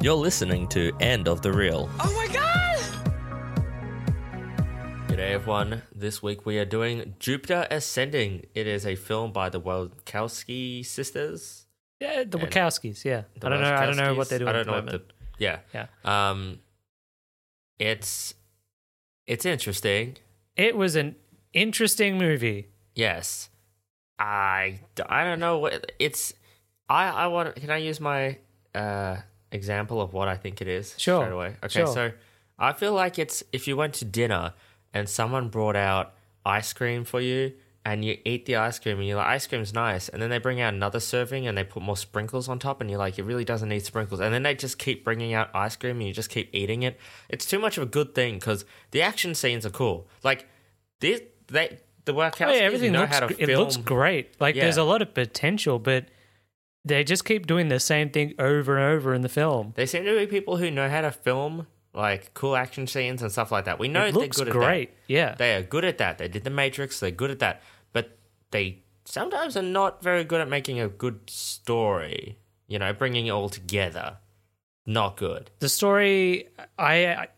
You're listening to End of the Reel. Oh my god! G'day everyone. This week we are doing Jupiter Ascending. It is a film by the Wachowski sisters. Yeah, the And- Wachowskis. Yeah, The I don't know. I don't know what Wachowskis. they're doing. I don't at the know moment. what the yeah. Um, it's it's interesting. It was an interesting movie. Yes. I, d- I don't know what it's I I want can I use my uh example of what I think it is Sure. straight away. Okay, Sure. so I feel like it's if you went to dinner and someone brought out ice cream for you and you eat the ice cream and you're like ice cream's nice and then they bring out another serving and they put more sprinkles on top and you're like it really doesn't need sprinkles and then they just keep bringing out ice cream and you just keep eating it it's too much of a good thing because the action scenes are cool like this they the workout yeah, everything know looks. how to gr- film It looks great. Like there's Yeah. a lot of potential, but they just keep doing the same thing over and over in the film. They seem to be people who know how to film like cool action scenes and stuff like that. We know it they're looks good at great. Yeah, that. They are good at that. They did the Matrix. They're good at that. But they sometimes are not very good at making a good story. You know, bringing it all together. Not good. the story. I. I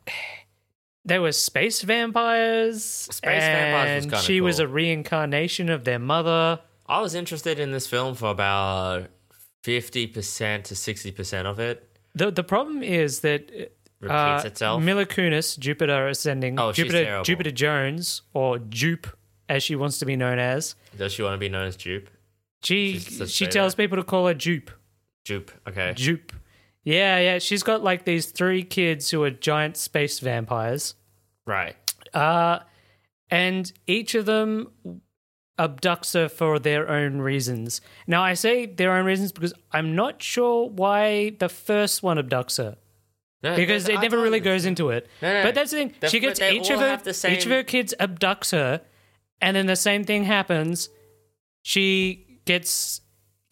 there were space vampires. Space vampires was and kinda She was cool. a reincarnation of their mother. I was interested in this film for about fifty percent to sixty percent of it. The the problem is that uh, Repeats itself. Mila Kunis, Jupiter ascending, Oh, she's Jupiter terrible. Jupiter Jones or Jupe as she wants to be known as. Does she want to be known as Jupe? She She's such she a- tells people to call her Jupe. Jupe. Okay. Jupe. Yeah, yeah. She's got like these three kids who are giant space vampires. Right. Uh and each of them abducts her for their own reasons. Now I say their own reasons because I'm not sure why the first one abducts her. No, because I it never don't really understand. goes into it. No, no. But that's the thing. The- she but gets they each all of her have the same- each of her kids abducts her, and then the same thing happens. She gets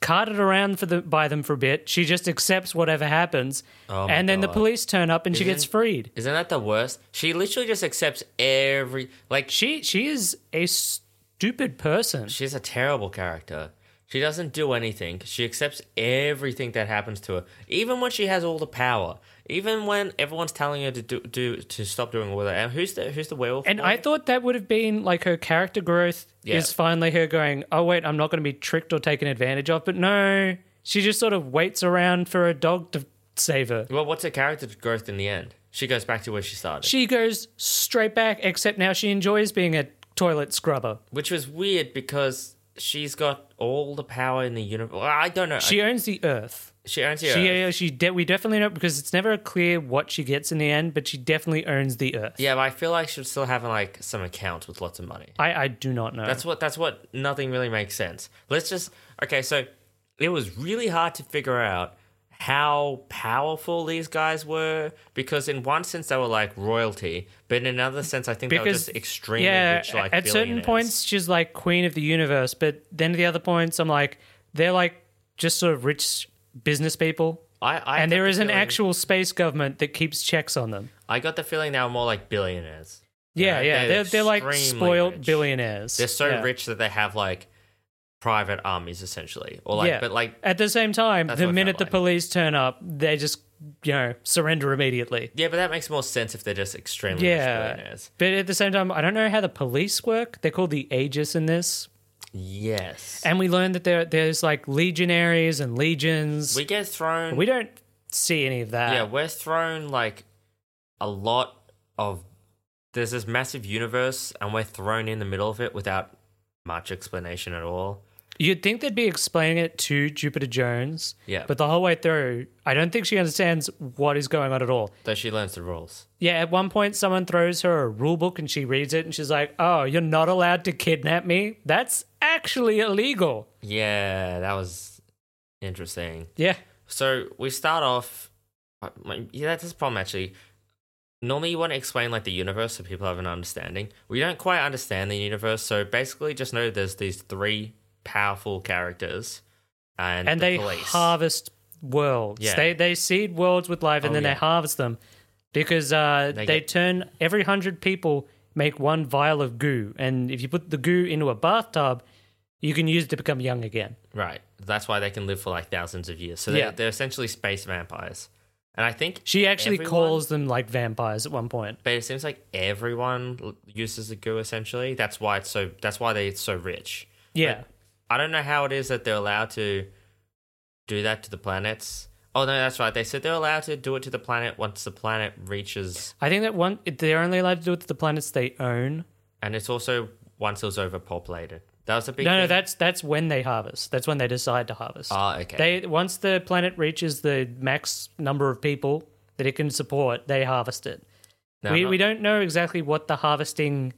carted around for the by them for a bit. She just accepts whatever happens, Oh my and then the God. police turn up and she gets Isn't- freed. Isn't that the worst? She literally just accepts every like She she is a stupid person. she's a terrible character. She doesn't do anything. She accepts everything that happens to her, even when she has all the power, even when everyone's telling her to do, do to stop doing all that. And who's the who's the werewolf? And boy? I thought that would have been like her character growth Yeah. is finally her going, oh, wait, I'm not going to be tricked or taken advantage of. But no, she just sort of waits around for a dog to save her. well, what's her character growth in the end? She goes back to where she started, She goes straight back, except now she enjoys being a toilet scrubber. which was weird because she's got all the power in the universe. Well, I don't know. She owns the earth. she owns the She, Earth. uh, she de- we definitely know because it's never clear what she gets in the end, but she definitely owns the earth. Yeah, but I feel like she'd still have like some account with lots of money. I, I do not know. That's what that's what nothing really makes sense. Let's just okay, so it was really hard to figure out how powerful these guys were because in one sense they were like royalty, but in another sense I think they were just extremely yeah, rich like at certain billionaires. points she's like queen of the universe, but then at the other points I'm like they're like just sort of rich business people, I, I got and there the is an feeling- actual space government that keeps checks on them. I got the feeling they were more like billionaires. You Yeah, know, yeah, they're they're like extremely spoiled rich. billionaires. They're so Yeah. rich that they have like private armies essentially, or like yeah, but like at the same time, That's what it the felt minute the like. police turn up, they just you know surrender immediately. yeah, but that makes more sense if they're just extremely rich Yeah, billionaires. but at the same time, I don't know how the police work. They're called the Aegis in this, Yes, and we learned that there there's like legionaries and legions. we get thrown. We don't see any of that. yeah, we're thrown like a lot of. There's this massive universe, and we're thrown in the middle of it without much explanation at all. You'd think they'd be explaining it to Jupiter Jones. Yeah. But the whole way through, I don't think she understands what is going on at all. Though she learns the rules. Yeah, at one point, someone throws her a rule book and she reads it and she's like, oh, you're not allowed to kidnap me? That's actually illegal. Yeah, that was interesting. Yeah. So we start off. uh, my- Yeah, that's the problem actually. Normally, you want to explain like the universe so people have an understanding. We don't quite understand the universe, so basically, just know there's these three powerful characters, and And the they police. harvest worlds. Yeah. They, they seed worlds with life and Oh, then yeah. they harvest them because uh, They they, get- turn every hundred people make one vial of goo. And if you put the goo into a bathtub, you can use it to become young again. Right. That's why they can live for like thousands of years. So they're, Yeah. they're essentially space vampires. And I think She actually everyone- calls them like vampires at one point. but it seems like everyone l- uses the goo essentially. That's why it's so. That's why they it's so rich. Yeah. I don't know how it is that they're allowed to do that to the planets. Oh no, that's right. They said they're allowed to do it to the planet once the planet reaches, I think that one they're only allowed to do it to the planets they own. and it's also once it was overpopulated. That was a big. No, no, thing. that's that's when they harvest. That's when they decide to harvest. Ah, okay. They once the planet reaches the max number of people that it can support, they harvest it. No, we I'm we not- don't know exactly what the harvesting,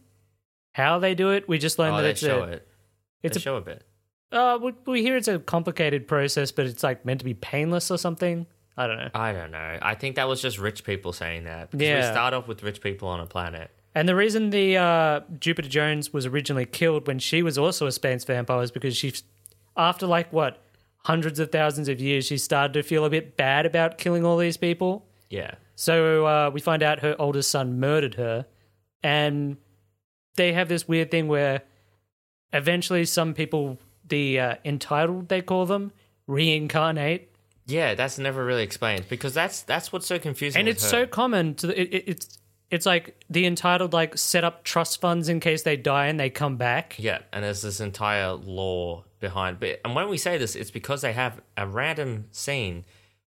how they do it. We just learned Oh, that they it's show a, it. it's they a show a bit. uh, we, we hear it's a complicated process, but it's like meant to be painless or something. I don't know. I don't know. I think that was just rich people saying that. Because we Yeah. start off with rich people on a planet. And the reason the uh, Jupiter Jones was originally killed when she was also a space vampire is because she, after like what hundreds of thousands of years, she started to feel a bit bad about killing all these people. Yeah. So uh, we find out her oldest son murdered her, and they have this weird thing where eventually some people, the uh, entitled they call them, reincarnate Yeah, that's never really explained because that's that's what's so confusing. and with it's her. so common to it, it, it's it's like the entitled like set up trust funds in case they die and they come back Yeah, and there's this entire law behind. But and when we say this, it's because they have a random scene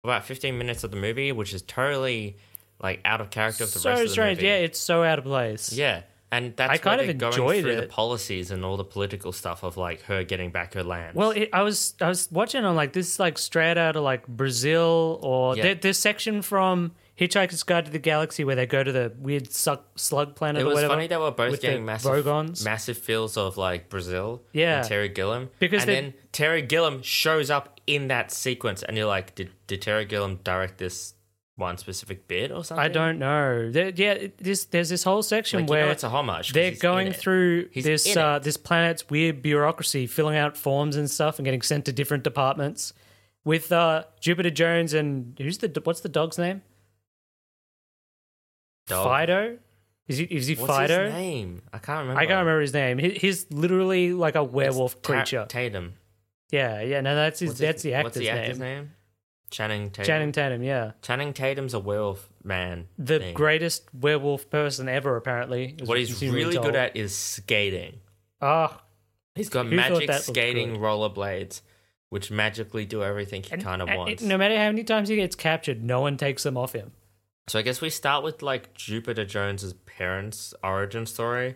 about 15 minutes of the movie, which is totally like out of character of the rest so of the strange movie. yeah it's so out of place yeah. And that's I where kind of they're going enjoyed through the it. policies and all the political stuff of like her getting back her land. well it, i was i was watching i'm like this is like straight out of like brazil or Yeah. th- this section from hitchhiker's guide to the galaxy where they go to the weird suck, slug planet it or was whatever funny they were both with the getting massive Rogons. massive feels of like Brazil. Yeah. and Terry Gilliam Because and they- then Terry Gilliam shows up in that sequence, and you're like, did did Terry Gilliam direct this one specific bit or something? i don't know There- yeah it, this, there's this whole section Like, you where know it's a homage. 'cause They're he's in going it. through He's this in uh, this planet's weird bureaucracy, filling out forms and stuff, and getting sent to different departments. With uh, Jupiter Jones and who's the what's the dog's name? Dog. Fido. Is he is he What's Fido? his name? I can't remember. I can't remember his name. He, he's literally like a It's werewolf Ta- creature. Tatum. yeah, yeah. No, that's his. What's his- that's the actor's, what's the actor's name. name? Channing Tatum. Channing Tatum. Yeah, Channing Tatum's a werewolf man. the thing. greatest werewolf person ever. Apparently, is What he's consumerly really told. good at is skating. Ah, He's got Who thought magic that looked skating good? rollerblades, which magically do everything he and- kind of and- wants. No matter how many times he gets captured, no one takes them off him. So I guess we start with like Jupiter Jones's parents' origin story,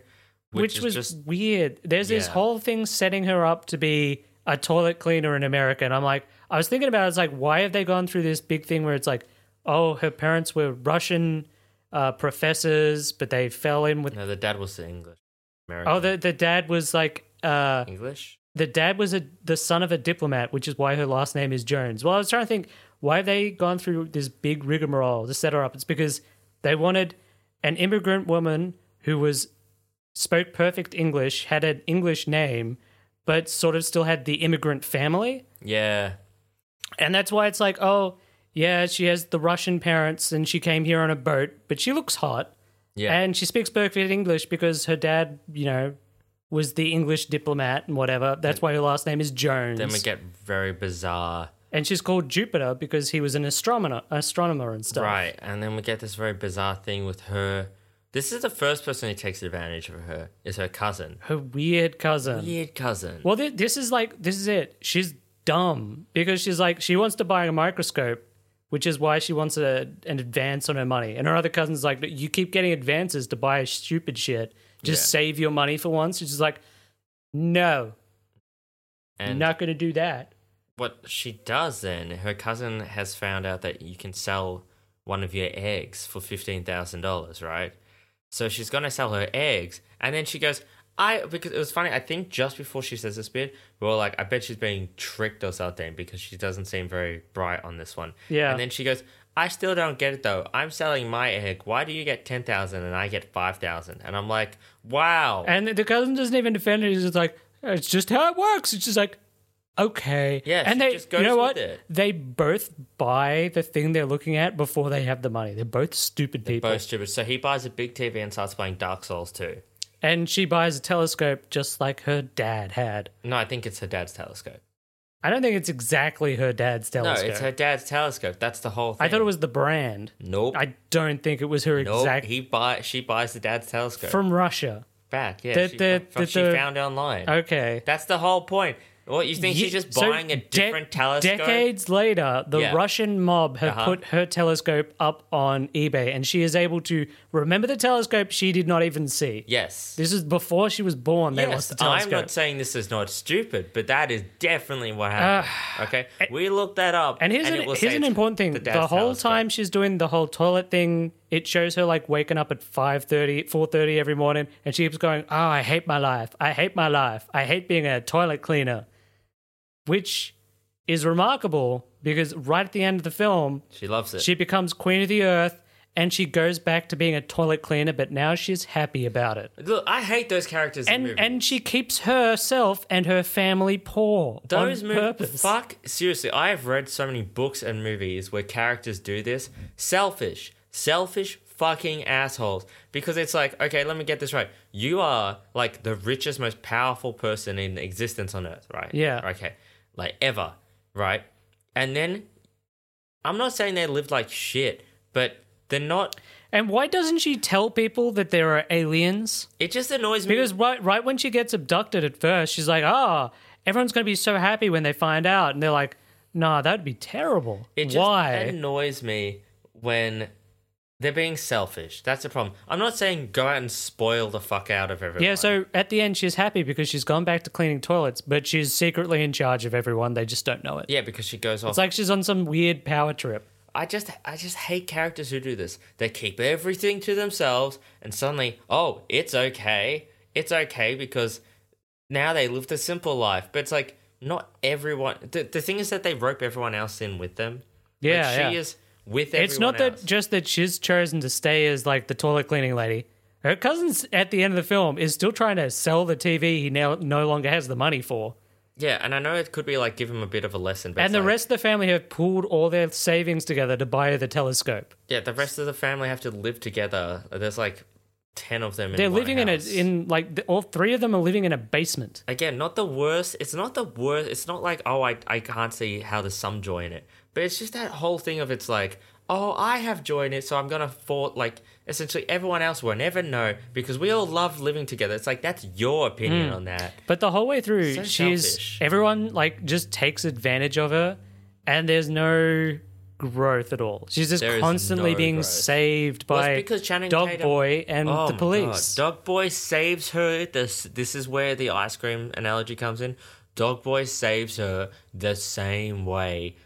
which, which, was is just weird. There's this Yeah. whole thing setting her up to be a toilet cleaner in America, and I'm like, I was thinking about it, it's like, why have they gone through this big thing where it's like, oh, her parents were Russian uh, professors, but they fell in with. no, the dad was English, American Oh, the the dad was like, uh, English. the dad was a the son of a diplomat, which is why her last name is Jones. Well, I was trying to think why have they gone through this big rigmarole to set her up. It's because they wanted an immigrant woman who was spoke perfect English, had an English name, but sort of still had the immigrant family, Yeah, and that's why it's like, oh yeah, she has the Russian parents and she came here on a boat, but she looks hot yeah. and she speaks perfect English because her dad, you know. Was the English diplomat and whatever. That's why her last name is Jones. then we get very bizarre, and she's called Jupiter because he was an astronomer, astronomer and stuff. right? And then we get this very bizarre thing with her. This is the first person who takes advantage of her is her cousin, Her weird cousin. weird cousin. Well, thi- this is like this is it. She's dumb because she's like she wants to buy a microscope, which is why she wants a, an advance on her money. And her other cousin's like, you keep getting advances to buy stupid shit. Just Yeah. save your money for once. She's just like, no, and not going to do that. what she does then, her cousin has found out that you can sell one of your eggs for fifteen thousand dollars, right? So she's gonna sell her eggs, and then she goes, "I." Because it was funny. I think just before she says this bit, we were like, "I bet she's being tricked or something," because she doesn't seem very bright on this one. Yeah. And then she goes, "I still don't get it though. I'm selling my egg. Why do you get ten thousand and I get five thousand? And I'm like, "Wow." And the cousin doesn't even defend it. He's just like, it's just how it works. It's just like, okay. Yeah, and she they, just goes you know with what? it. They both buy the thing they're looking at before they have the money. They're both stupid people. Both stupid. So he buys a big TV and starts playing Dark Souls too. And she buys a telescope just like her dad had. No, I think it's her dad's telescope. I don't think it's exactly her dad's No, telescope. it's her dad's telescope. That's the whole thing. I thought it was the brand. Nope. I don't think it was her nope. exact He buy she buys the dad's telescope from Russia. back. Yeah, the- she, the- from- the- she the- found online. Okay. That's the whole point. What you think Ye- she's just so buying a de- different telescope? Decades later, the Yeah. Russian mob have Uh-huh. put her telescope up on eBay, and she is able to remember the telescope she did not even see. Yes. This is before she was born. They lost Yes, the I'm telescope. not saying this is not stupid, but that is definitely what happened. okay, we looked that up, and here's, it will an, here's say an it's important thing: the, dad's whole telescope. time she's doing the whole toilet thing, it shows her like waking up at 5.30, 4.30 every morning, and she keeps going, "Oh, I hate my life. I hate my life. I hate being a toilet cleaner," which is remarkable because right at the end of the film, she loves it. She becomes queen of the earth and she goes back to being a toilet cleaner, but now she's happy about it. Look, I hate those characters in And movies. and she keeps herself and her family poor. those on movies, purpose. fuck, seriously, I have read so many books and movies where characters do this. Selfish, selfish fucking assholes. Because it's like, okay, let me get this right. You are like the richest, most powerful person in existence on earth, right? Yeah. Okay, like ever, right? And then, I'm not saying they lived like shit, but they're not. And why doesn't she tell people that there are aliens? It just annoys me. Because right right when she gets abducted at first, she's like, "Ah, everyone's gonna be so happy when they find out," and they're like, "Nah, that'd be terrible. It just why?" annoys me when they're being selfish. That's the problem. I'm not saying go out and spoil the fuck out of everyone. yeah, so at the end, she's happy because she's gone back to cleaning toilets, but she's secretly in charge of everyone. They just don't know it. yeah, because she goes off. It's like she's on some weird power trip. I just, I just hate characters who do this. They keep everything to themselves, and suddenly, oh, it's okay. It's okay because now they live the simple life. But it's like not everyone. The, the thing is that they rope everyone else in with them. Like, Yeah, she yeah. is with everyone. It's not else. that just that she's chosen to stay as like the toilet cleaning lady. Her cousin's at the end of the film is still trying to sell the TV he now no longer has the money for. Yeah, and I know it could be like give him a bit of a lesson. But and it's the like- rest of the family have pooled all their savings together to buy her the telescope. Yeah, the rest of the family have to live together. There's like ten of them. In They're one living house. in a in like the, all three of them are living in a basement. again, not the worst. It's not the worst. It's not like oh, I I can't see how there's some joy in it. But it's just that whole thing of it's like oh, I have joy in it, so I'm gonna for like essentially everyone else will never know because we all love living together. It's like that's your opinion Hmm. on that. But the whole way through, So she's selfish. everyone like just takes advantage of her, and there's no growth at all. She's just There is constantly no being growth. saved Well, it's by because Channing Dog Tatum- Boy and Oh the my police. God. Dog Boy saves her. This this is where the ice cream analogy comes in. Dog Boy saves her the same way.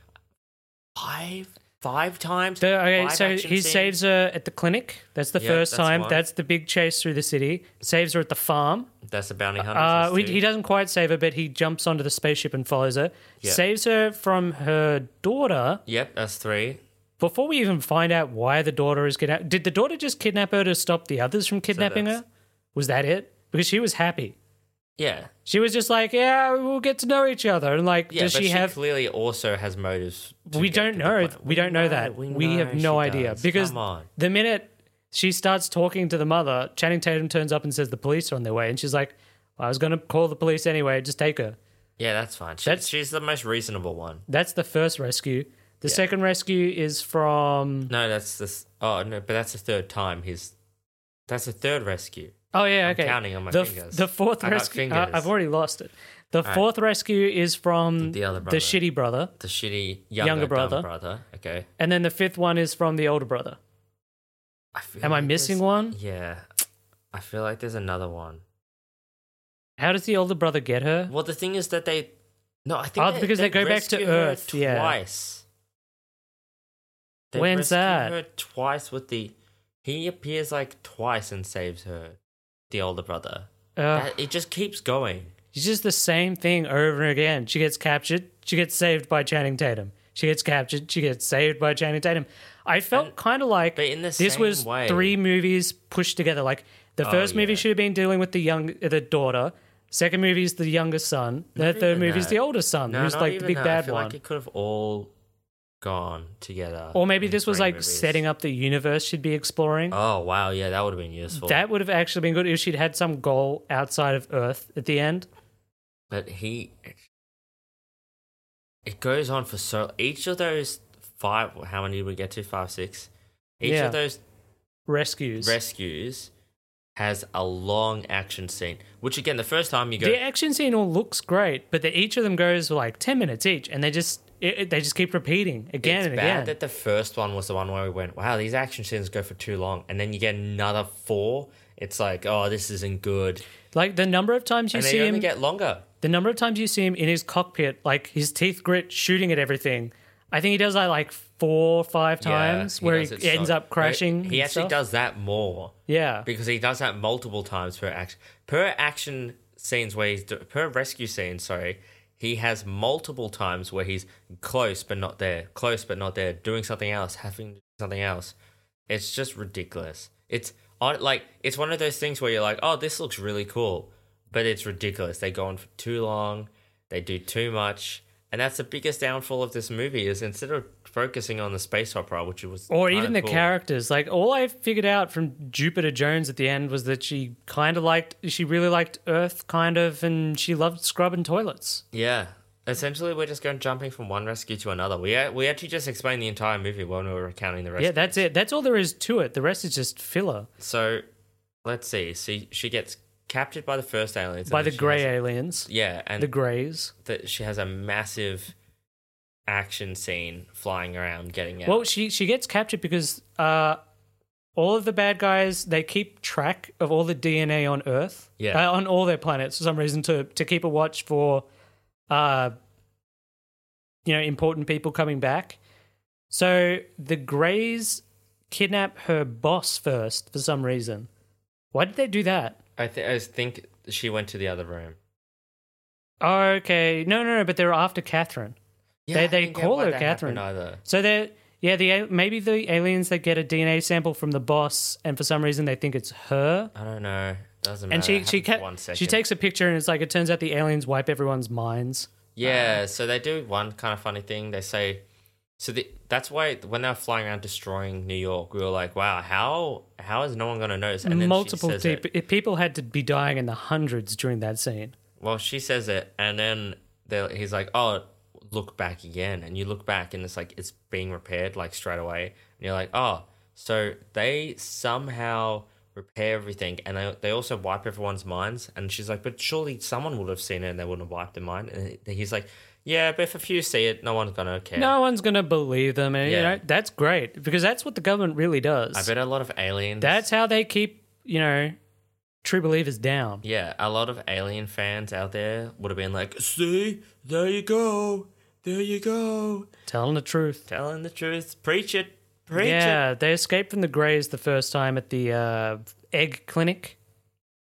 Five five times. The- okay, Five so action he scenes? saves her at the clinic. That's the Yeah, first that's time. one. That's the big chase through the city. Saves her at the farm. That's the bounty hunter. Uh, that's he, two. he doesn't quite save her, but he jumps onto the spaceship and follows her. Yeah. Saves her from her daughter. Yep, that's three. Before we even find out why the daughter is kidnapped, did the daughter just kidnap her to stop the others from kidnapping that's- her? Was that it? Because she was happy. Yeah, She was just like, yeah, we'll get to know each other. And like, yeah. does but she, have? clearly also has motives? to we get don't to the know. point. We don't know that. We, have she no idea does. because come on. the minute she starts talking to the mother, Channing Tatum turns up and says the police are on their way, and she's like, "I was going to call the police anyway. Just take her." Yeah, that's fine. She, That's- she's the most reasonable one. That's the first rescue. The second rescue is from. No, that's this. Oh no, but that's the third time. He's that's the third rescue. Oh yeah, okay. counting on my the, fingers. The fourth I got rescue. uh, fingers. I've already lost it. The fourth rescue is from The other the brother. shitty brother, the shitty younger, Younger brother. brother. brother. Okay. and then the fifth one is from the older brother. I feel Am I like missing there's- one? Yeah. I feel like there's another one. How does the older brother get her? Well, the thing is that they. No, I think Oh, because they go back to rescue her Earth, yeah. twice. When's rescue that? Her twice with the. He appears like twice and saves her, the older brother. Uh, That- it just keeps going. It's just the same thing over and again. She gets captured. She gets saved by Channing Tatum. She gets captured. She gets saved by Channing Tatum. I felt kind of like but in the this same was way- Oh, three movies pushed together. Like the first movie yeah. should have been dealing with the young, the daughter. Second movie is the younger son. The third even movie is that. the older son, No, who's not like the even big that. I bad feel one. like it could have all gone together. or maybe in this was three like movies. setting up the universe she'd be exploring. Oh wow, yeah, that would have been useful. that would have actually been good if she'd had some goal outside of Earth at the end. But he it goes on for so each of those five how many did we get to five six each Yeah. of those Rescues. rescues has a long action scene which again the first time you go the action scene all looks great, but the, each of them goes for like ten minutes each, and they just it, it- they just keep repeating again it's and bad again. that the first one was the one where we went wow these action scenes go for too long and then you get another four it's like oh this isn't good like the number of times you and see they only him, get longer the number of times you see him in his cockpit, like his teeth grit, shooting at everything. I think he does that like four or five times, Yeah, he where does he it so- ends up no, crashing. he and actually stuff. does that more Yeah, because he does that multiple times per action per action scenes where he's do- per rescue scene sorry he has multiple times where he's close but not there close but not there doing something else having to do something else it's just ridiculous it's on like it's one of those things where you're like oh this looks really cool but it's ridiculous they go on for too long they do too much and that's the biggest downfall of this movie is instead of focusing on the space opera which was or kinda even the cool- characters. Like all I figured out from Jupiter Jones at the end was that she kind of liked, she really liked Earth, kind of, and she loved scrubbing toilets. Yeah. Essentially, we're just going jumping from one rescue to another. We we actually just explained the entire movie when we were recounting the rescue. Yeah, that's it. That's all there is to it. The rest is just filler So, let's see. She she gets captured by the first aliens. and by the then she grey has- aliens, yeah, and the greys. that she has a massive action scene flying around, getting out. Well, she she gets captured because uh, all of the bad guys they keep track of all the DNA on Earth, Yeah. uh, on all their planets for some reason to to keep a watch for, uh, you know, important people coming back. So the Greys kidnap her boss first for some reason. Why did they do that? I th- I think she went to the other room. Okay, no, no, no, but they're after Catherine. They- I they didn't get call why her that happened Catherine. Either. So they yeah, the a- maybe the aliens they get a DNA sample from the boss, and for some reason they think it's her. I don't know. Doesn't matter. And she It she happened for kept, one second. she takes a picture, and it's like it turns out the aliens wipe everyone's minds. Yeah, Um, so they do one kind of funny thing. They say, so the, that's why when they were flying around destroying New York, we were like, wow, how how is no one going to notice? And then Multiple she says it. deep, people had to be dying in the hundreds during that scene. Well, she says it, and then they- he's like, oh, look back again. And you look back, and it's like, it's being repaired, like straight away. And you're like, oh, so they somehow repair everything, and they, they also wipe everyone's minds. And she's like, but surely someone would have seen it and they wouldn't have wiped their mind. And he's like, yeah, but if a few see it, no one's going to care. No one's gonna believe them, and you Yeah. know that's great because that's what the government really does. I bet a lot of aliens. That's how they keep you know true believers down. yeah, a lot of alien fans out there would have been like, "See, there you go, there you go, Telling the truth. telling the truth, preach it, preach it." yeah, they escaped from the Greys the first time at the uh, egg clinic.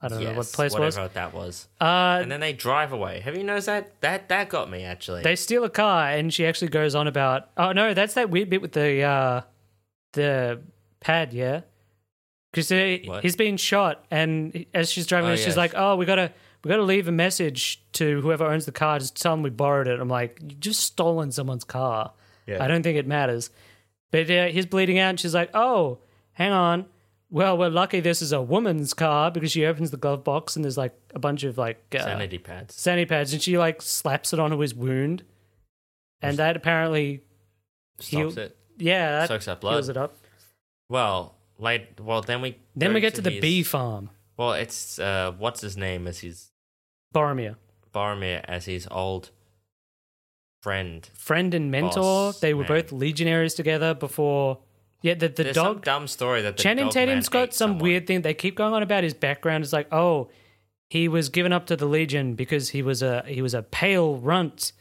I don't know what place whatever was. that was. Uh, and then they drive away. Have you noticed that? That that got me actually. they steal a car, and she actually goes on about. Oh no, that's that weird bit with the uh, the pad, yeah. Because What? he's been shot, and as she's driving, Oh, in, she's yeah. like, "Oh, we gotta we gotta leave a message to whoever owns the car. Just tell them we borrowed it." I'm like, "You've just stolen someone's car. Yeah. I don't think it matters." But uh, he's bleeding out, and she's like, "Oh, hang on. Well, we're lucky this is a woman's car because she opens the glove box and there's like a bunch of like uh, Sanity pads. sanity pads, and she like slaps it onto his wound, and that apparently, Stops heal- it. yeah, that Soaks up heals blood. it up. Well, like, well, then we Then go we get to the his- bee farm, Well, it's uh, what's his name as his Boromir, Boromir as his old friend. friend and mentor. Boss they were man. both legionaries together before. Yeah, the, the There's some dog. dumb story that the Channing dog Tatum's man got ate some someone. weird thing. They keep going on about his background. It's like, oh, he was given up to the Legion because he was a he was a pale runt,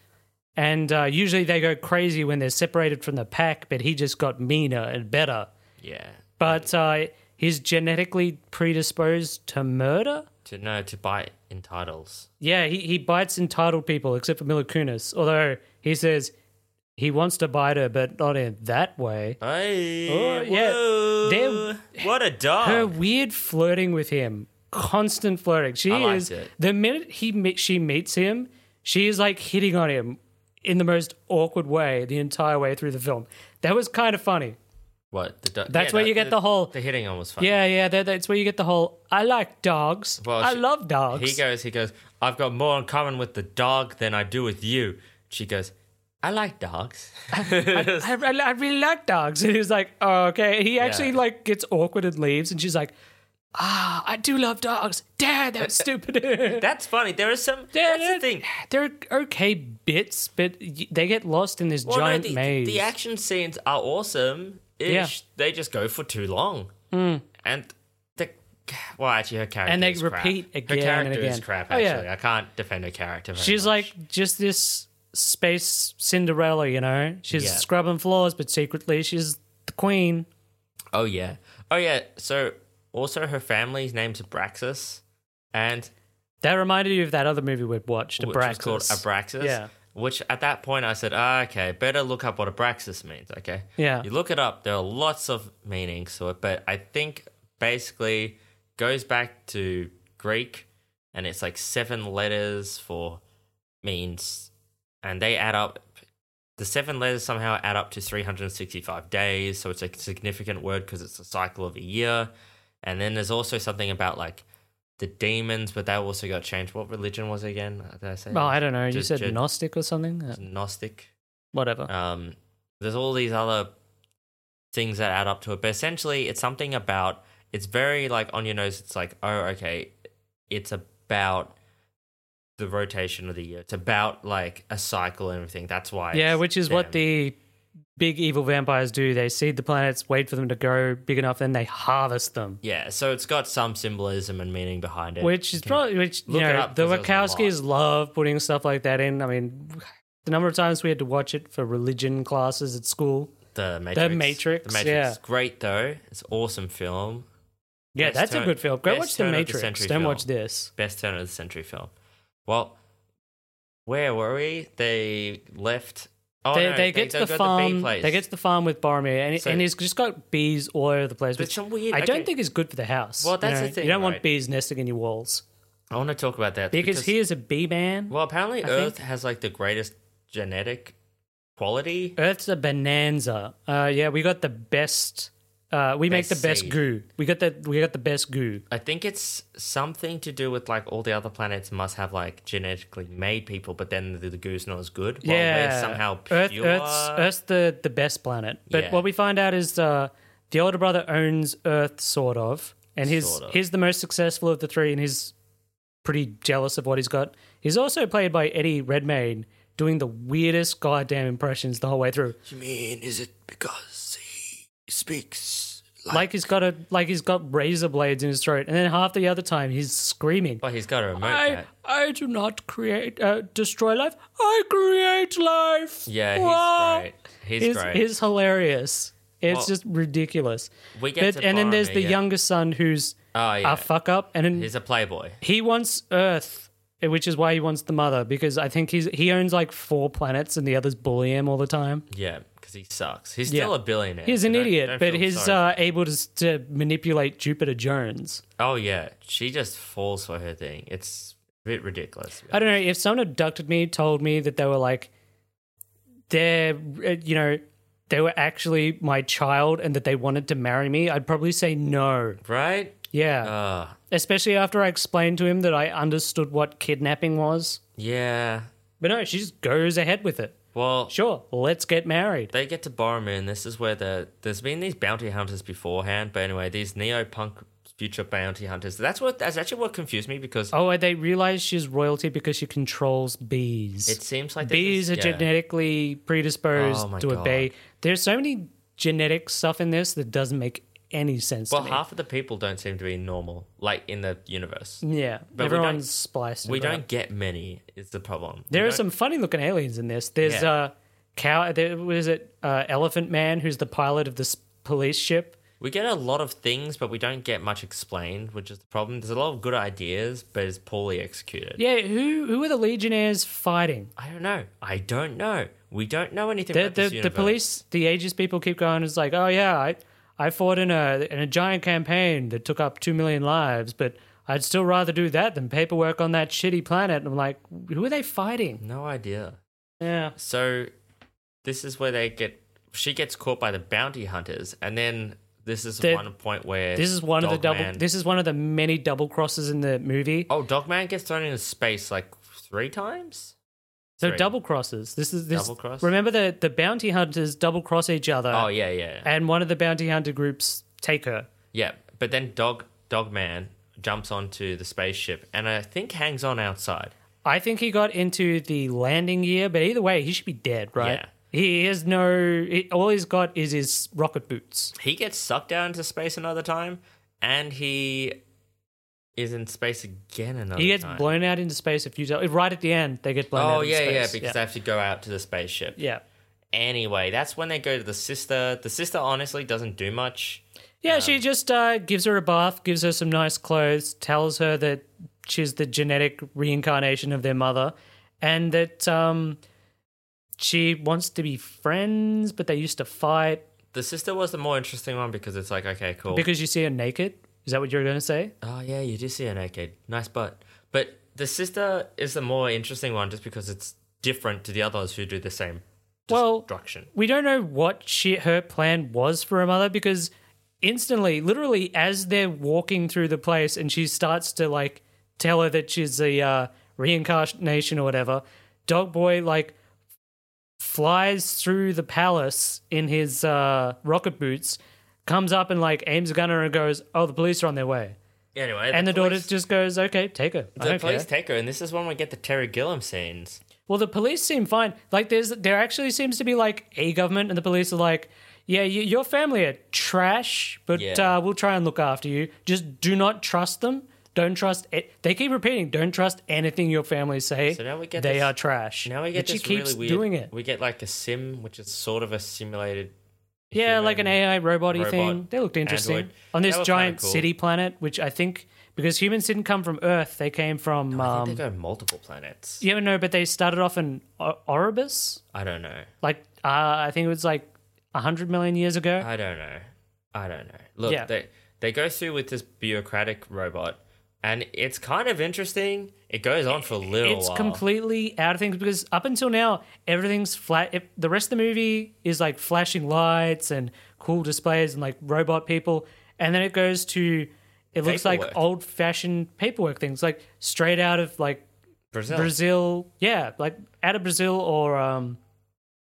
and uh, usually they go crazy when they're separated from the pack. But he just got meaner and better. Yeah. but uh, he's genetically predisposed to murder. To no, to bite in titles. Yeah, he, he bites entitled people, except for Mila Kunis. Although he says he wants to bite her, but not in that way. Hey, Oh, yeah. whoa, what a dog! Her weird flirting with him, constant flirting. She I liked is it. the minute he me- she meets him, she is like hitting on him in the most awkward way the entire way through the film. That was kind of funny. what the dog? That's where you get the whole- The hitting on was funny. Yeah, yeah, that, that's where you get the whole I like dogs. Well, I she- love dogs. He goes. He goes. I've got more in common with the dog than I do with you. She goes. I like dogs. I, I, I really like dogs. And he was like, oh, okay. He actually Yeah. like gets awkward and leaves. And she's like, ah, I do love dogs. Dad, that was stupid. That's funny. There is some. Yeah, that's the thing. They're okay bits, but y- they get lost in this Well, no, giant the, maze. the action scenes are awesome. Yeah. Hmm. Ish. They just go for too long. And the well, actually, her character And they is crap. repeat again Her and character is again. crap. Oh, Actually, yeah. I can't defend her character. very She's much. like just this space Cinderella, you know? She's Yeah. scrubbing floors, but secretly she's the queen. oh yeah, oh yeah. So also, her family's name's Abraxas, and That reminded you of that other movie we'd watched, which Abraxas. was called Abraxas. Yeah. Which at that point I said, ah, okay, better look up what Abraxas means. Okay. Yeah. You look it up. There are lots of meanings to it, but I think basically goes back to Greek, and it's like seven letters for means, and they add up. The seven letters somehow add up to 365 days, so it's a significant word because it's a cycle of a year. And then there's also something about like the demons, but that also got changed. What religion was it again? Uh, Did I say? Oh, I don't know. You Just- said just- Gnostic or something? Uh, Gnostic. Whatever. Um, there's all these other things that add up to it, but essentially, it's something about. It's very like on your nose. It's like, oh, okay, it's about the rotation of the year. It's about like a cycle and everything. That's why. Yeah, it's which is them. what the big evil vampires do. They seed the planets, wait for them to grow big enough, then they harvest them. Yeah, so it's got some symbolism and meaning behind it. Which is probably which you look it know up the 'cause there's a Wachowskis love putting stuff like that in. I mean, the number of times we had to watch it for religion classes at school. the Matrix. Matrix, The Matrix. yeah. is Great though. It's an awesome film. Yeah, Best that's turn- a good film. Go best watch The turn of the Matrix. century Don't film. watch this. best turn of the century film. Well, where were we? They left. Oh, they, no, they get to the got farm. bee place. they get to the farm with Boromir, and, So- and he's just got bees all over the place. But Which some weird- I okay. don't think is good for the house. Well, you that's the know? thing, You don't right? want bees nesting in your walls I want to talk about that because, he is a bee man. Well, apparently I Earth has like the greatest genetic quality. Earth's a bonanza. Uh, yeah, we got the best. Uh, we make Best the best seed. goo. We got the we got the best goo. I think it's something to do with like all the other planets must have like genetically made people, but then the, the goo's not as good. While yeah, we're somehow pure. Earth, Earth's Earth's the the best planet. But Yeah. what we find out is uh, the older brother owns Earth, sort of, and he's Sort of. he's the most successful of the three, and he's pretty jealous of what he's got. He's also played by Eddie Redmayne, doing the weirdest goddamn impressions the whole way through. You mean is it because he speaks? Like he's got a like he's got razor blades in his throat, and then half the other time he's screaming. Well, he's got a remote. I Pat. I do not create uh, destroy life. I create life. Yeah, he's Wow. great. He's, He's, great. he's hilarious. It's Well, just ridiculous. we get to and then there's Boromir, the yeah. youngest son who's Oh, yeah. a fuck up, and then he's a playboy. he wants Earth, which is why he wants the mother because I think he's he owns like four planets, and the others bully him all the time. Yeah, because he sucks. He's still Yeah. a billionaire. He's so an don't- idiot, don't but feel he's sorry. uh, able to, s- to manipulate Jupiter Jones. oh yeah, she just falls for her thing. It's a bit ridiculous. I don't know if someone abducted me, told me that they were like, they're, uh, you know, they were actually my child and that they wanted to marry me, I'd probably say no. Right? Yeah. Uh Especially after I explained to him that I understood what kidnapping was. yeah. But no, she just goes ahead with it. Well, Sure, let's get married. they get to Boromir, and this is where the there's been these bounty hunters beforehand. But anyway, these neo punk future bounty hunters. That's what that's actually what confused me because Oh, and they realize she's royalty because she controls bees. it seems like bees are this is- yeah. genetically predisposed Oh my to God. obey. There's so many genetic stuff in this that doesn't make any sense Well, to me. half of the people don't seem to be normal, like in the universe. Yeah, But we don't- everyone's spliced. We into don't it. get many. Is the problem? There We are don't- some funny looking aliens in this. There's Yeah. uh cow. There was it uh, Elephant Man, who's the pilot of this police ship. We get a lot of things, but we don't get much explained, which is the problem. There's a lot of good ideas, but it's poorly executed. Yeah, who who are the Legionnaires fighting? I don't know. I don't know. We don't know anything The about the, this the universe. police, the ages people keep going. It's like, oh yeah, I I fought in a in a giant campaign that took up two million lives, but I'd still rather do that than paperwork on that shitty planet. And I'm like, who are they fighting? No idea. Yeah, So this is where they get. She gets caught by the bounty hunters, and then this is The- one point where this is one of the double. Dogman- This is one of the many double crosses in the movie. oh, Dogman gets thrown into space like three times. They're Three. double crosses. This is this. Double cross? Remember the the bounty hunters double cross each other. Oh yeah, yeah, yeah. Uh, And one of the bounty hunter groups take her. yeah. But then Dog Dog Man jumps onto the spaceship and I think hangs on outside. I think he got into the landing gear, but either way, he should be dead, right? Yeah. He has no. He, all he's got is his rocket boots. He gets sucked down into space another time, and he is in space again another. He gets time. blown out into space a few times. Right at the end, they get blown out Oh, Oh into yeah, space. yeah. Because they have to go out to the spaceship. yeah. Anyway, that's when they go to the sister. The sister honestly doesn't do much. Yeah, she just uh, gives her a bath, gives her some nice clothes, tells her that she's the genetic reincarnation of their mother, and that um, she wants to be friends, but they used to fight The sister was the more interesting one because it's like, okay, cool. because you see her naked. Is that what you're going to say? oh yeah, you do see her naked. Nice butt. But the sister is the more interesting one just because it's different to the others who do the same Well, destruction. we don't know what she her plan was for her mother because instantly, literally, as they're walking through the place and she starts to like tell her that she's a uh, reincarnation or whatever, Dog Boy like flies through the palace in his uh, rocket boots, comes up and like aims a gun at her and goes, "Oh, the police are on their way." Anyway, And the daughter police- just goes, "Okay, take her." I the don't care." police take her, and this is when we get the Terry Gilliam scenes. Well, the police seem fine. Like there's there actually seems to be like a government, and the police are like, yeah, y- your family are trash, but Yeah. uh, we'll try and look after you. Just do not trust them. Don't trust it. They keep repeating, don't trust anything your family say. So now we get they this- are trash. Now we get but she this keeps really weird. doing it. We get like a sim, which is sort of a simulated. Yeah, like an human AI robot robot, thing. They looked interesting android. on They this were kinda giant cool. city planet, which I think because humans didn't come from Earth, they came from. I Um, think they go multiple planets. yeah, no, but they started off in O- Oribus. I don't know. like uh, I think it was like hundred million years ago. I don't know. I don't know. Look, Yeah. they they go through with this bureaucratic robot, and it's kind of interesting. It goes on for a little it's while. completely out of things because up until now everything's flat. If the rest of the movie is like flashing lights and cool displays and like robot people, and then it goes to it looks like Paperwork. old fashioned paperwork things, like straight out of like Brazil, Brazil. Yeah, like out of Brazil or um,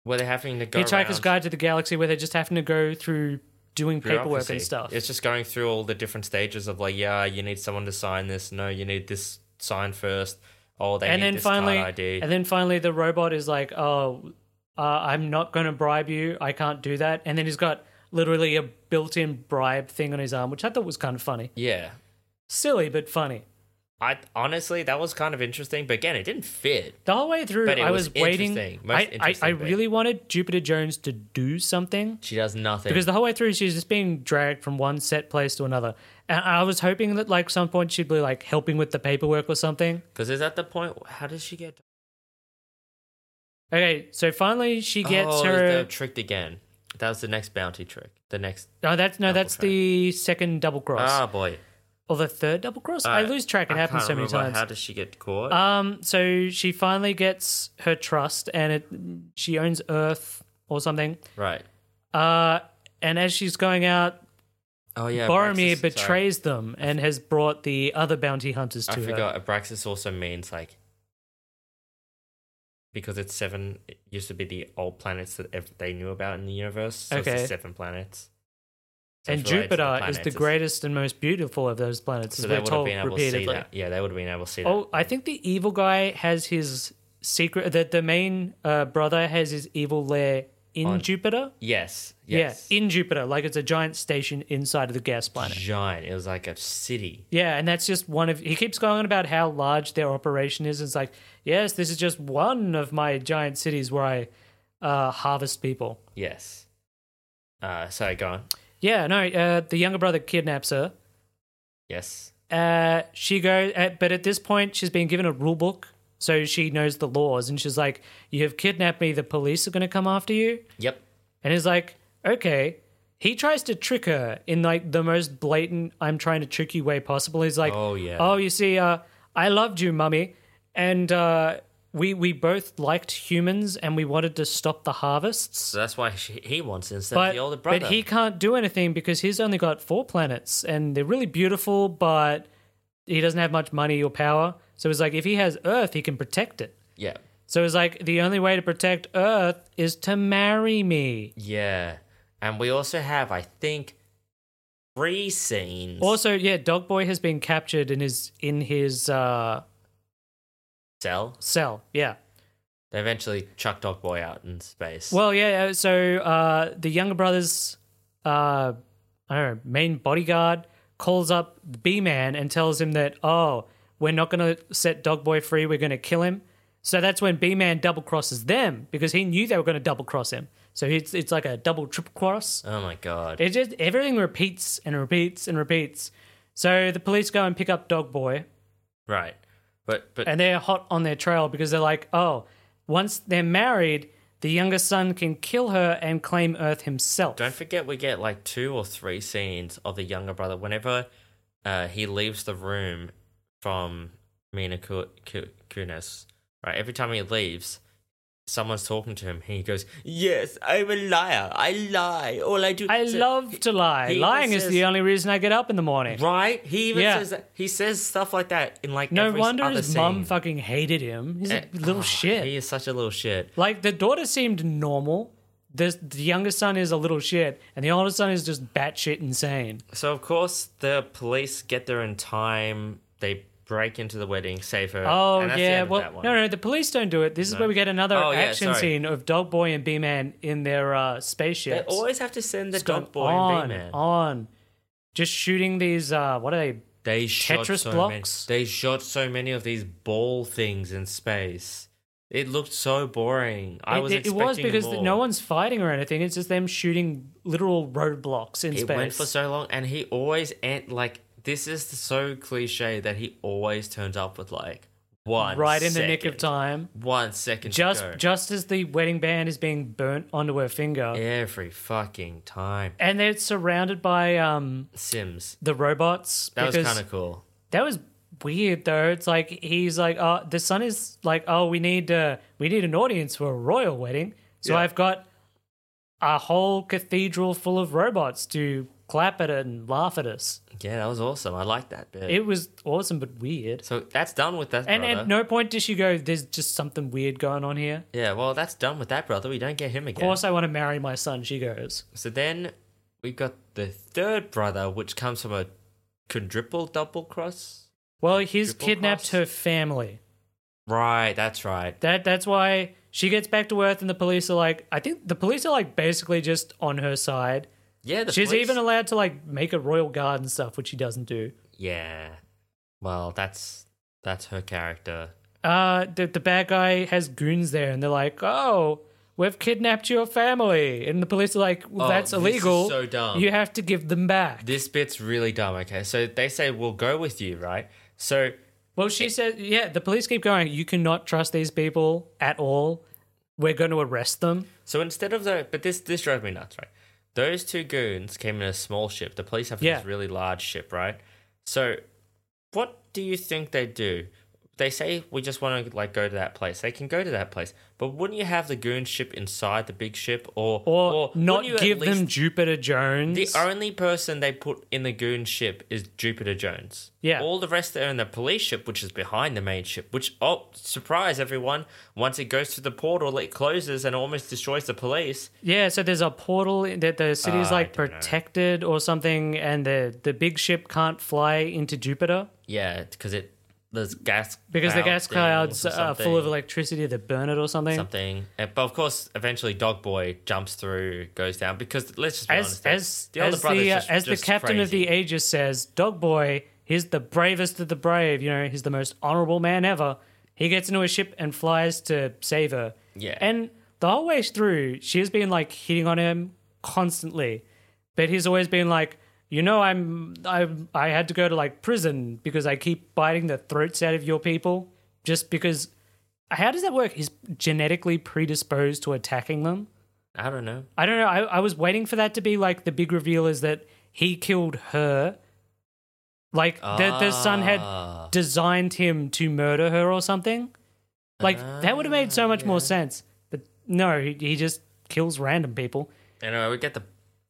where they're having to go Hitchhiker's around Guide to the Galaxy, where they're just having to go through doing paperwork bureaucracy. and stuff. It's just going through all the different stages of like, yeah, you need someone to sign this. No, you need this sign first. Oh, they and need then this finally, card ID. and then finally, the robot is like, "Oh, uh, I'm not going to bribe you. I can't do that." And then he's got literally a built-in bribe thing on his arm, which I thought was kind of funny, yeah, silly but funny. I honestly that was kind of interesting, but again, it didn't fit. The whole way through, But it I was was, waiting. interesting. Most I, I, I interesting bit. really wanted Jupiter Jones to do something She does nothing. because the whole way through, she's just being dragged from one set place to another. And I was hoping that, like, some point she'd be like helping with the paperwork or something. Because is that the point? How does she get? Okay, so finally she gets oh, her. they're tricked again. That was the next bounty trick. The next. No, Oh, that's no, Double that's the second double cross. Ah, boy. or the third double cross. I lose track. It Uh, I happens can't so many remember. times. How does she get caught? Um, so she finally gets her trust, and it she owns Earth or something. right. Uh, and as she's going out, Oh yeah. Boromir Abraxas- sorry. betrays them and has brought the other bounty hunters to I her. forgot. Abraxas also means like because it's seven. It used to be the old planets that ev- they knew about in the universe. So It's Okay. the seven planets. So And it's related to the Jupiter is the planets. greatest and most beautiful of those planets, So they as would we're have told been able to see repeatedly. that. Yeah, they would have been able to see that. Oh, I think the evil guy has his secret. The the main uh, brother has his evil lair in On- Jupiter. yes. Yes. Yeah, in Jupiter, like it's a giant station inside of the gas planet. giant. It was like a city. Yeah, and that's just one of. He keeps going on about how large their operation is. It's like, yes, this is just one of my giant cities where I uh, harvest people. Yes. Uh, sorry, go on. Yeah, no, uh, the younger brother kidnaps her. Yes. Uh, she goes, uh, but at this point, she's been given a rule book, so she knows the laws, and she's like, "You have kidnapped me. The police are going to come after you." Yep. And he's like, okay. He tries to trick her in like the most blatant "I'm trying to trick you" way possible. He's like, Oh, yeah. oh, you see, uh, I loved you, mummy, and uh, we we both liked humans, and we wanted to stop the harvests, So that's why she, he wants it instead but of the older brother. but he can't do anything because he's only got four planets, and they're really beautiful, but he doesn't have much money or power. So it's like if he has Earth, he can protect it. yeah. So it's like the only way to protect Earth is to marry me. Yeah. And we also have, I think, three scenes. Also, yeah, Dog Boy has been captured in his in his uh, Cell. cell. Yeah. They eventually chuck Dog Boy out in space. Well, yeah. So uh, the younger brother's uh, I don't know main bodyguard calls up B Man and tells him that oh we're not going to set Dog Boy free. We're going to kill him. So that's when B Man double crosses them because he knew they were going to double cross him. So it's it's like a double triple cross. oh my god. It just everything repeats and repeats and repeats. So the police go and pick up Dog Boy, right. But but and they're hot on their trail because they're like, oh, once they're married, the younger son can kill her and claim Earth himself. don't forget we get like two or three scenes of the younger brother whenever uh, he leaves the room from Mina Ku- Ku- Kunis. Right, every time he leaves, someone's talking to him. He goes, "Yes, I'm a liar. I lie. All I do." I So- love to lie. he Lying is says- the only reason I get up in the morning. Right? He even Yeah. says that, he says stuff like that in like No every wonder other his scene. mum fucking hated him. He's a Eh, little oh, shit. He is such a little shit. Like the daughter seemed normal. The, the younger son is a little shit, and the older son is just batshit insane. So of course the police get there in time. They break into the wedding, save her. Oh and that's the yeah, end of well, that one. no, no, the police don't do it. This is where we get another Oh, yeah, action sorry. scene of Dog Boy and B Man in their uh, spaceships. They always have to send the It's gone dog boy on, and B-Man. on, just shooting these. Uh, what are they? They shot Tetris so blocks? Many, they shot so many of these ball things in space. It looked so boring. I it, was it, it expecting was because more. no one's fighting or anything. It's just them shooting literal roadblocks in It space. went for so long, and he always and like this is so cliche that he always turns up with like one right in the nick of second- time, One second, to just go. just as the wedding band is being burnt onto her finger, every fucking time. and they're surrounded by um, Sims. the robots. That was because- kind of cool. That was weird though. It's like he's like, oh, the son is like, oh, we need uh, we need an audience for a royal wedding. So Yeah. I've got a whole cathedral full of robots to clap at and laugh at us. Yeah, that was awesome. I like that bit. It was awesome but weird. so that's done with that And brother. at no point did she go, there's just something weird going on here. yeah, well, that's done with that brother. We don't get him Of again. course I want to marry my son, she goes. So then we've got the third brother, which comes from a quadruple double cross. Well, he's Triple kidnapped cross? her family. Right, that's right. That that's why she gets back to Earth and the police are like I think the police are like basically just on her side. Yeah, the She's police- even allowed to like make a royal guard and stuff, which she doesn't do. yeah. Well, that's that's her character. Uh, the, the bad guy has goons there, and they're like, "Oh, we've kidnapped your family," and the police are like, well, Oh, "That's this is illegal. so dumb. You have to give them back." This bit's really dumb. Okay, so they say we'll go with you, right? So well, she says, "Yeah." The police keep going. You cannot trust these people at all. We're going to arrest them. So instead of the, but this this drove me nuts, right? Those two goons came in a small ship. The police have Yeah. this really large ship, right? So, what do you think they do? They say we just want to like go to that place. They can go to that place, but wouldn't you have the goon ship inside the big ship, or Or wouldn't not you at give them least- Jupiter Jones. The only person they put in the goon ship is Jupiter Jones. Yeah. All the rest are in the police ship, which is behind the main ship. Which oh, surprise everyone! Once it goes through the portal, it closes and almost destroys the police. Yeah, so there's a portal in- that the city's Ah, I like don't know. protected or something, and the the big ship can't fly into Jupiter Yeah, because it there's gas because the cloud gas clouds things or are full of something- electricity that burn it or something. something. Uh, But of course, eventually Dog Boy jumps through, goes down because let's just be As honest, as the older as brother's the uh, just- as the just captain of the crazy. Aegis says, Dog Boy, he's the bravest of the brave. You know, he's the most honorable man ever. He gets into a ship and flies to save her. Yeah. and the whole way through, she has been like hitting on him constantly. but he's always been like you know i'm i i had to go to like prison because i keep biting the throats out of your people just because how does that work he's genetically predisposed to attacking them I don't know. i don't know i, I was waiting for that to be like the big reveal is that he killed her like the, the son Ah. had designed him to murder her or something like that would have made so much more sense but no he, he just kills random people Anyway, we get the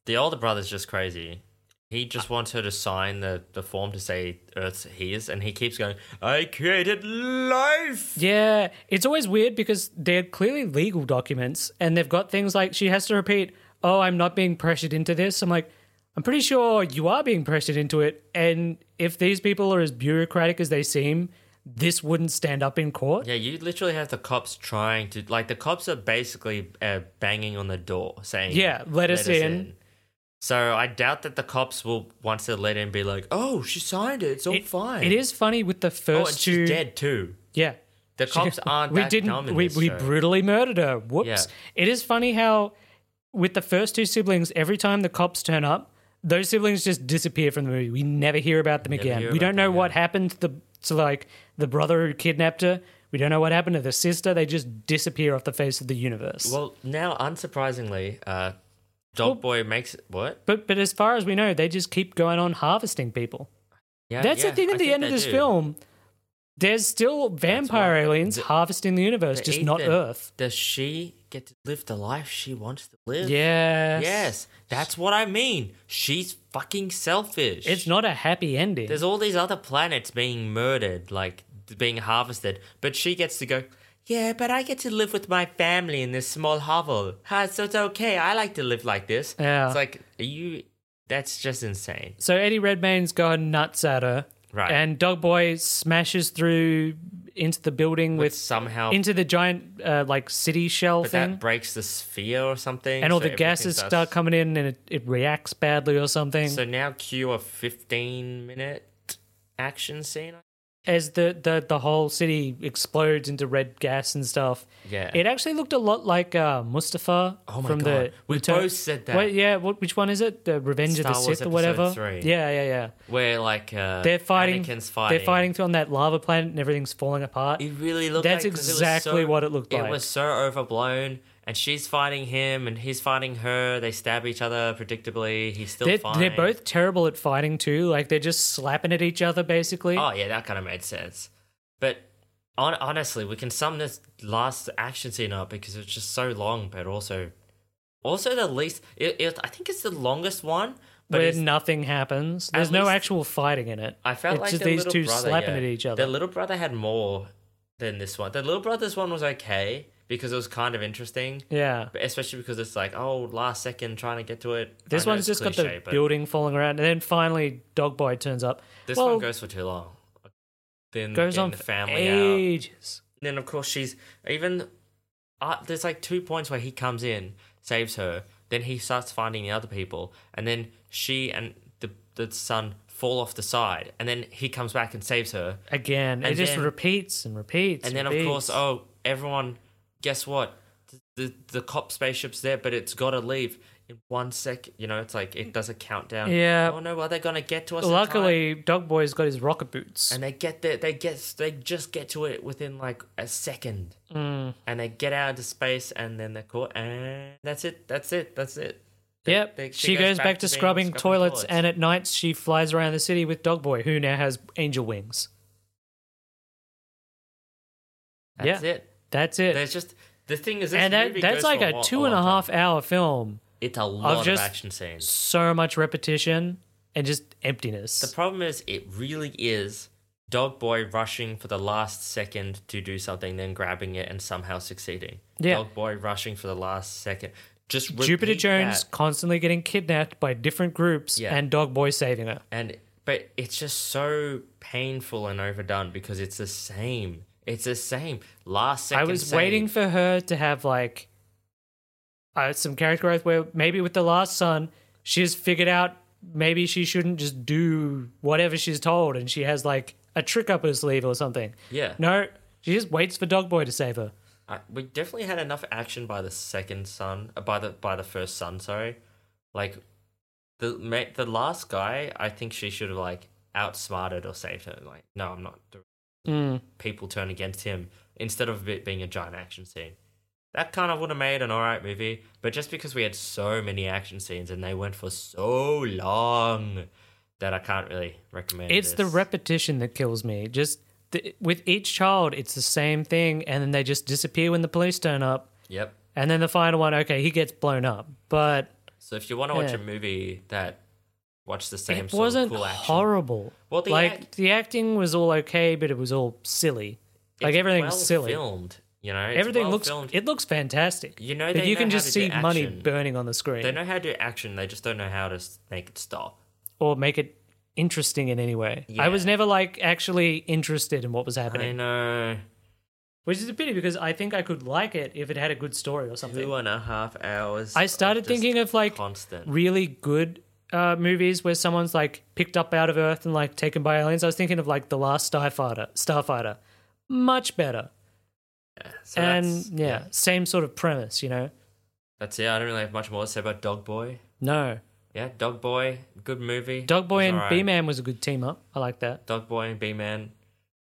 the older brother's just crazy. He Uh. just wants her to sign the, the form to say Earth's his, and he keeps going, I created life! Yeah, it's always weird because they're clearly legal documents and they've got things like she has to repeat, Oh, I'm not being pressured into this. I'm like, I'm pretty sure you are being pressured into it. And if these people are as bureaucratic as they seem, this wouldn't stand up in court. Yeah, you literally have the cops trying to, like, the cops are basically uh, banging on the door saying, Yeah, let us in." So I doubt that the cops will, once they're let in, be like, oh, she signed it, it's all It- fine. It is funny with the Oh, first and two. she's dead too. Yeah. The cops aren't we that didn't dumb in we, this we show. brutally murdered her whoops it is funny how with the first two siblings every time the cops turn up those siblings just disappear from the movie we never hear about them again hear we about don't know them, what happened to the to like the brother who kidnapped her we don't know what happened to the sister they just disappear off the face of the universe Well, now, unsurprisingly, uh, Dog Boy makes what? but but as far as we know they just keep going on harvesting people Yeah, that's yeah, the thing I at the think end of they this do. film there's still vampire right. aliens The- harvesting the universe But just not Ethan, earth Does she get to live the life she wants to live? yes Yes, that's what I mean. She's fucking selfish. It's not a happy ending. There's all these other planets being murdered, like being harvested, but she gets to go. Yeah, but I get to live with my family in this small hovel. Ha, so it's okay. I like to live like this. Yeah. It's like are you. That's just insane. so Eddie Redmayne's gone nuts at her. Right. And Dog Boy smashes through into the building With with, somehow, into the giant uh, like city shell but thing. that breaks the sphere or something, and all so the everything gases starts- start coming in and it, it reacts badly or something. So now cue a 15 minute action scene. As the, the, the whole city explodes into red gas and stuff. Yeah. It actually looked a lot like uh, Mustafa Oh my from God. the We Return- both said that. What- yeah, what, which one is it? The Revenge Star of the Wars Sith or Episode whatever. Three. Yeah, yeah, yeah. Where like uh, They're fighting, Anakin's fighting. They're fighting through on that lava planet and everything's falling apart. It really looked. That's like- 'cause it was exactly so- what it looked like. It was so overblown, and she's fighting him, and he's fighting her. They stab each other predictably. He's still They're, fine. they're both terrible at fighting too. Like they're just slapping at each other basically. Oh yeah, that kind of made sense. But on, honestly, we can sum this last action scene up because it's just so long, but also, also the least. It, it, I think it's the longest one. But where it's nothing happens. There's no least- actual fighting in it. I felt it's like just the these little two brother, slapping yeah. at each other. The little brother had more than this one. The little brother's one was okay because it was kind of interesting, yeah. but especially because it's like oh, last second trying to get to it. I This know one's it's just cliche, got the but building falling around and then finally Dog Boy turns up. This well, one goes for too long. Then goes getting on the for family out. ages. And then of course she's even uh, there's like two points where he comes in, saves her, then he starts finding the other people, and then she and the the son fall off the side, and then he comes back and saves her, Again. it And just then- repeats and repeats. and then of repeats. course oh everyone, guess what? The, the the cop spaceship's there, but it's gotta leave in one sec. You know, it's like it does a countdown. Yeah. Oh no, are they gonna get to us? in time? Luckily, Dog Boy's got his rocket boots. and they get there they get they just get to it within like a second Mm. and they get out into space and then they're caught and that's it that's it that's it They- Yep. they- she, goes, back, to being scrubbing, toilets, and at nights she flies around the city with Dog Boy, who now has angel wings. that's yeah. it That's it. there's just the thing is this and that, movie that's goes like for a lo- two and a long time. half hour film. it's a lot just- of action scenes So much repetition and just emptiness. the problem is it really is dog boy rushing for the last second to do something then grabbing it and somehow succeeding Yeah. dog boy rushing for the last second just Jupiter repeat Jones that. constantly getting kidnapped by different groups Yeah. and Dog Boy saving her. and but it's just so painful and overdone because it's the same. It's the same. Last second. I was save. waiting for her to have like uh, some character growth where maybe with the last son, she's figured out maybe she shouldn't just do whatever she's told and she has like a trick up her sleeve or something. Yeah. No, she just waits for Dog Boy to save her. I, we definitely had enough action by the second son, uh, by the by the first son. Sorry, like the ma- the last guy. I think she should have like outsmarted or saved her. Like, no, I'm not. doing People turn against him instead of it being a giant action scene. That kind of would have made an alright movie, but just because we had so many action scenes and they went for so long, that I can't really recommend. It's the this. repetition that kills me. Just th- with each child, it's the same thing, and then they just disappear when the police turn up, Yep. and then the final one, okay, he gets blown up, but So if you want to watch Yeah. a movie that watch the same it sort wasn't of cool action. horrible. Well, the like act- the acting was all okay, but it was all silly. Like It's everything well was silly. Filmed, you know, It's Everything well looks filmed. it looks fantastic. You know but they you know can how just to see do money action. burning on the screen, They know how to do action. They just don't know how to s- make it stop. or make it interesting in any way. I Yeah. was never like actually interested in what was I happening, know which is a pity because I think I could like it if it had a good story or something. two and a half hours. I of started just thinking of like constant. really good uh, movies where someone's like picked up out of Earth and like taken by aliens. I was thinking of like the last Starfighter, Starfighter, much better, so and that's, yeah, same sort of premise, you know. that's it. I don't really have much more to say about Dog Boy. No, Yeah, Dog Boy, good movie. Dog Boy It's and alright. B Man was a good team up. I like that. Dog Boy and B Man,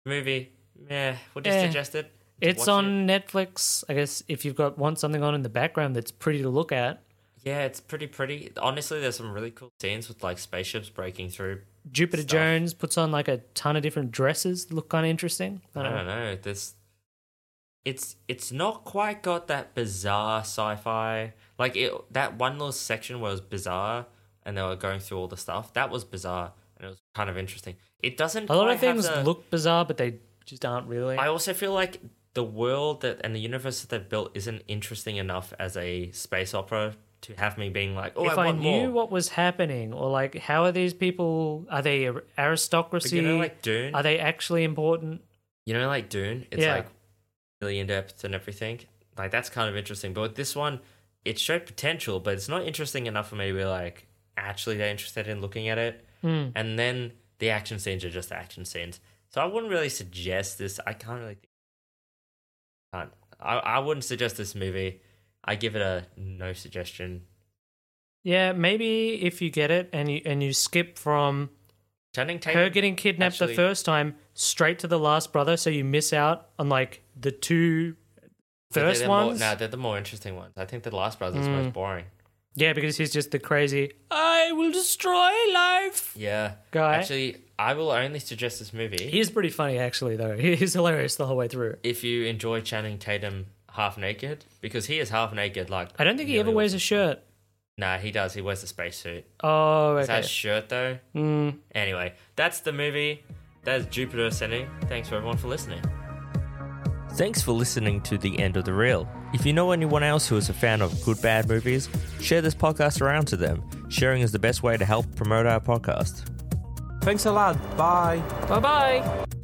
movie. Yeah, would you Eh. suggest it? to It's watch it? on Netflix, I guess. If you've got want something on in the background that's pretty to look at, Yeah, it's pretty pretty. Honestly, there's some really cool scenes with like spaceships breaking through. Jupiter Stuff. Jones puts on like a ton of different dresses. that Look kind of interesting. I don't know. This, it's it's not quite got that bizarre sci-fi. Like it, that one little section where it was bizarre, and they were going through all the stuff. That was bizarre, and it was kind of interesting. It doesn't. A lot of quite have things the- look bizarre, but they just aren't really. I also feel like the world that and the universe that they've built isn't interesting enough as a space opera to have me being like, oh, if I I, want knew more. what was happening, or like, how are these people? Are they a- But aristocracy? you know, like Dune. are they actually important? you know, like Dune. It's Yeah. like really in depth and everything. Like that's kind of interesting. But with this one, it showed potential, but it's not interesting enough for me to be like actually that interested in looking at it. And then the action scenes are just action scenes. So I wouldn't really suggest this. I can't really. Think, can't. I I wouldn't suggest this movie. I give it a no suggestion. Yeah, maybe if you get it and you and you skip from Channing Tatum. her getting kidnapped actually- the first time straight to the last brother, so you miss out on like the two they're first the ones. Hmm. More, no, they're the more interesting ones. I think the Last Brothers was most boring. Yeah, because he's just the crazy. I will destroy life. Yeah. Guy. Actually, I will only suggest this movie. He is pretty funny, actually. Though He- he's hilarious the whole way through. if you enjoy Channing Tatum half naked, because he is half naked. Like I don't think he nearly ever all- wears a shirt. Nah, he does. He wears a spacesuit. Oh, Is that okay. Hmm. his shirt though? Anyway, that's the movie. That is Jupiter Ascending. Thanks for everyone for listening. Thanks for listening to The End of the Reel. If you know anyone else who is a fan of good bad movies, share this podcast around to them. Sharing is the best way to help promote our podcast. Thanks a lot. Bye. Bye bye.